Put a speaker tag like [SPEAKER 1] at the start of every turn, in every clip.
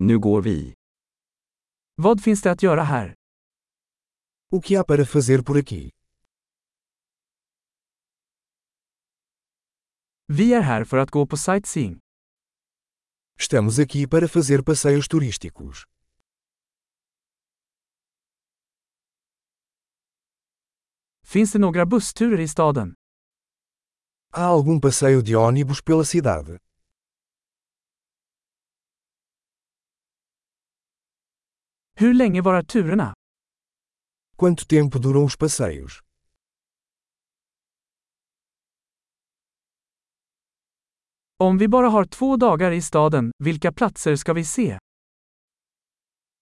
[SPEAKER 1] Nu går vi.
[SPEAKER 2] Vad finns det att göra här?
[SPEAKER 3] O que há para fazer por aqui?
[SPEAKER 2] Vi är här för att gå på sightseeing.
[SPEAKER 3] Estamos aqui para fazer passeios turísticos.
[SPEAKER 2] Finns det några bussturer i staden?
[SPEAKER 3] Há algum passeio de ônibus pela cidade?
[SPEAKER 2] Hur länge varar turerna?
[SPEAKER 3] Quanto tempo duram os passeios?
[SPEAKER 2] Om vi bara har två dagar i staden, vilka platser ska vi se?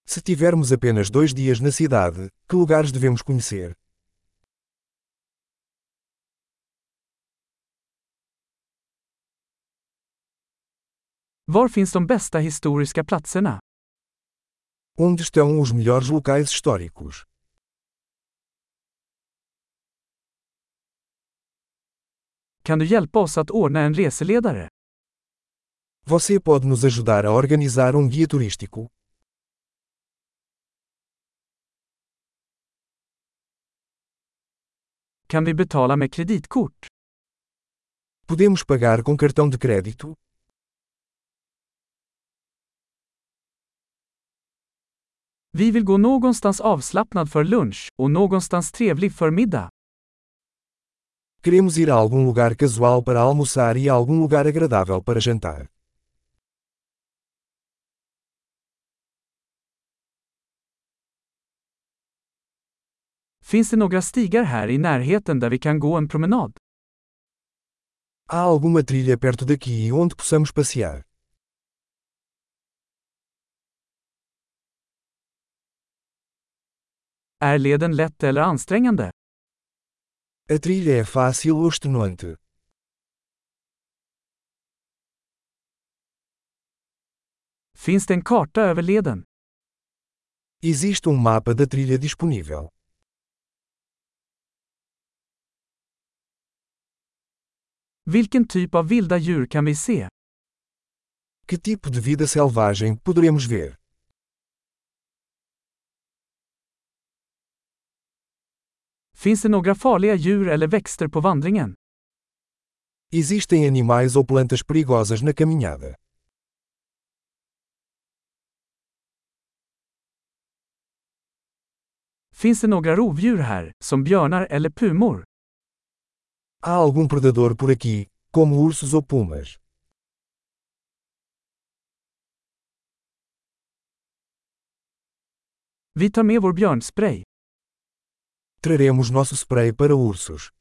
[SPEAKER 3] Se tivermos apenas dois dias na cidade, que lugares devemos conhecer?
[SPEAKER 2] Var finns de bästa historiska platserna?
[SPEAKER 3] Onde estão os melhores locais históricos?
[SPEAKER 2] Kan du hjälpa oss att ordna en reseledare?
[SPEAKER 3] Você pode nos ajudar a organizar um guia turístico?
[SPEAKER 2] Kan vi betala med kreditkort?
[SPEAKER 3] Podemos pagar com cartão de crédito?
[SPEAKER 2] Vi vill gå någonstans avslappnad för lunch och någonstans trevlig för middag.
[SPEAKER 3] Queremos ir a algum lugar casual para almoçar e a algum lugar agradável para jantar.
[SPEAKER 2] Finns det några stigar här i närheten där vi kan gå en promenad?
[SPEAKER 3] Há alguma trilha perto daqui onde possamos passear?
[SPEAKER 2] Är leden lätt eller ansträngande?
[SPEAKER 3] A trilha é fácil ou extenuante?
[SPEAKER 2] Finns det en karta över leden?
[SPEAKER 3] Existe um mapa da trilha disponível.
[SPEAKER 2] Vilken typ av vilda djur kan vi se?
[SPEAKER 3] Que tipo de vida selvagem poderemos ver?
[SPEAKER 2] Finns det några farliga djur eller växter på vandringen?
[SPEAKER 3] Existem animais ou plantas perigosas na caminhada?
[SPEAKER 2] Finns det några rovdjur här, som björnar eller pumor?
[SPEAKER 3] Há algum predador por aqui, como ursos ou pumas?
[SPEAKER 2] Vi tar med vår björnspray.
[SPEAKER 3] Traremos nosso spray para ursos.